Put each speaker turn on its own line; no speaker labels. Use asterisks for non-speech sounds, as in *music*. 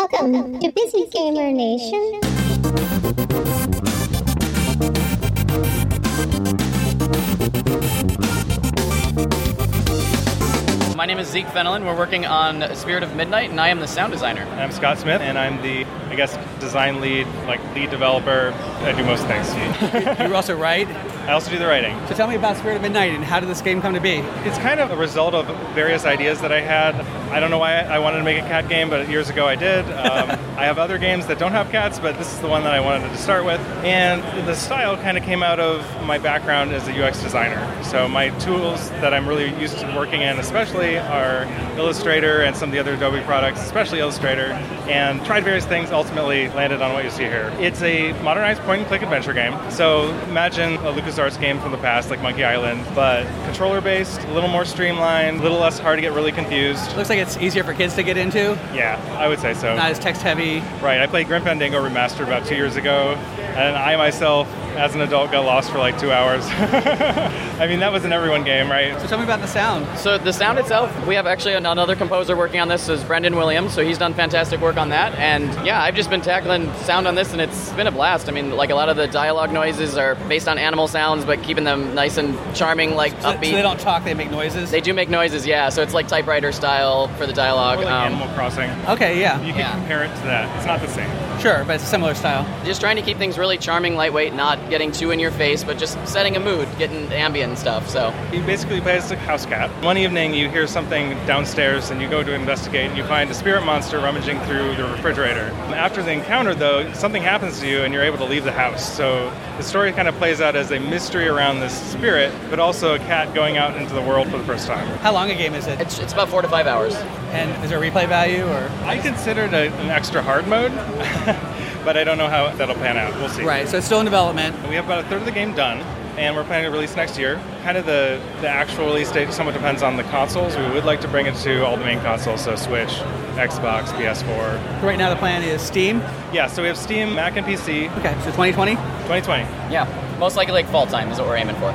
Welcome to Busy Gamer Nation.
My name is Zeke Fenelon. We're working on Spirit of Midnight, and I am the sound designer.
And I'm Scott Smith, and I'm the, I guess, design lead, like lead developer. I do most things.
*laughs* You also write.
I also do the writing.
So tell me about Spirit of Midnight and how did this game come to be?
It's kind of a result of various ideas that I had. I don't know why I wanted to make a cat game, but years ago I did.
*laughs*
Um, I have other games that don't have cats, but this is the one that I wanted to start with. And the style kind of came out of my background as a UX designer. So my tools that I'm really used to working in, especially, are Illustrator and some of the other Adobe products, especially Illustrator, and tried various things, ultimately landed on what you see here. It's a modernized point and click adventure game. So imagine a LucasArts game from the past, like Monkey Island, but controller based, a little more streamlined, a little less hard to get really confused.
Looks like it's easier for kids to get into,
Yeah, I would say so.
not as text heavy.
Right, I played Grim Fandango Remastered about two years ago, and I myself, as an adult, got lost for like two hours. *laughs* I mean, that was an everyone game, right?
So tell me about the sound.
So the sound itself, we have actually an- another composer working on this is Brendan Williams. So he's done fantastic work on that, and yeah, I've just been tackling sound on this, and it's been a blast. I mean, like a lot of the dialogue noises are based on animal sounds, but keeping them nice and charming, like
So, so
upbeat.
they don't talk, they make noises.
They do make noises, yeah. So it's like typewriter style for the dialogue.
Or like
Um,
Animal Crossing.
okay, yeah.
You can
yeah.
compare it to that. It's not the same.
Sure, but it's a similar style.
just trying to keep things really charming, lightweight, not getting too in your face, but just setting a mood, getting ambient and stuff. So
You basically play as a house cat. One evening, you hear something downstairs, and you go to investigate, and you find a spirit monster rummaging through the refrigerator. After the encounter, though, something happens to you, and you're able to leave the house. So the story kind of plays out as a mystery around this spirit, but also a cat going out into the world for the first time.
How long a game is it?
it's, it's about four to five hours.
And is there replay value or?
I considered a, an extra hard mode, *laughs* but I don't know how that'll pan out. We'll see.
Right, so it's still in development.
We have about a third of the game done, and we're planning to release next year. Kind of the, the actual release date somewhat depends on the consoles. We would like to bring it to all the main consoles, so Switch, Xbox, PS4.
Right now the plan is Steam.
Yeah, so we have Steam, Mac, and PC
Okay, so 2020.
2020.
Yeah, most likely like fall time is what we're aiming for.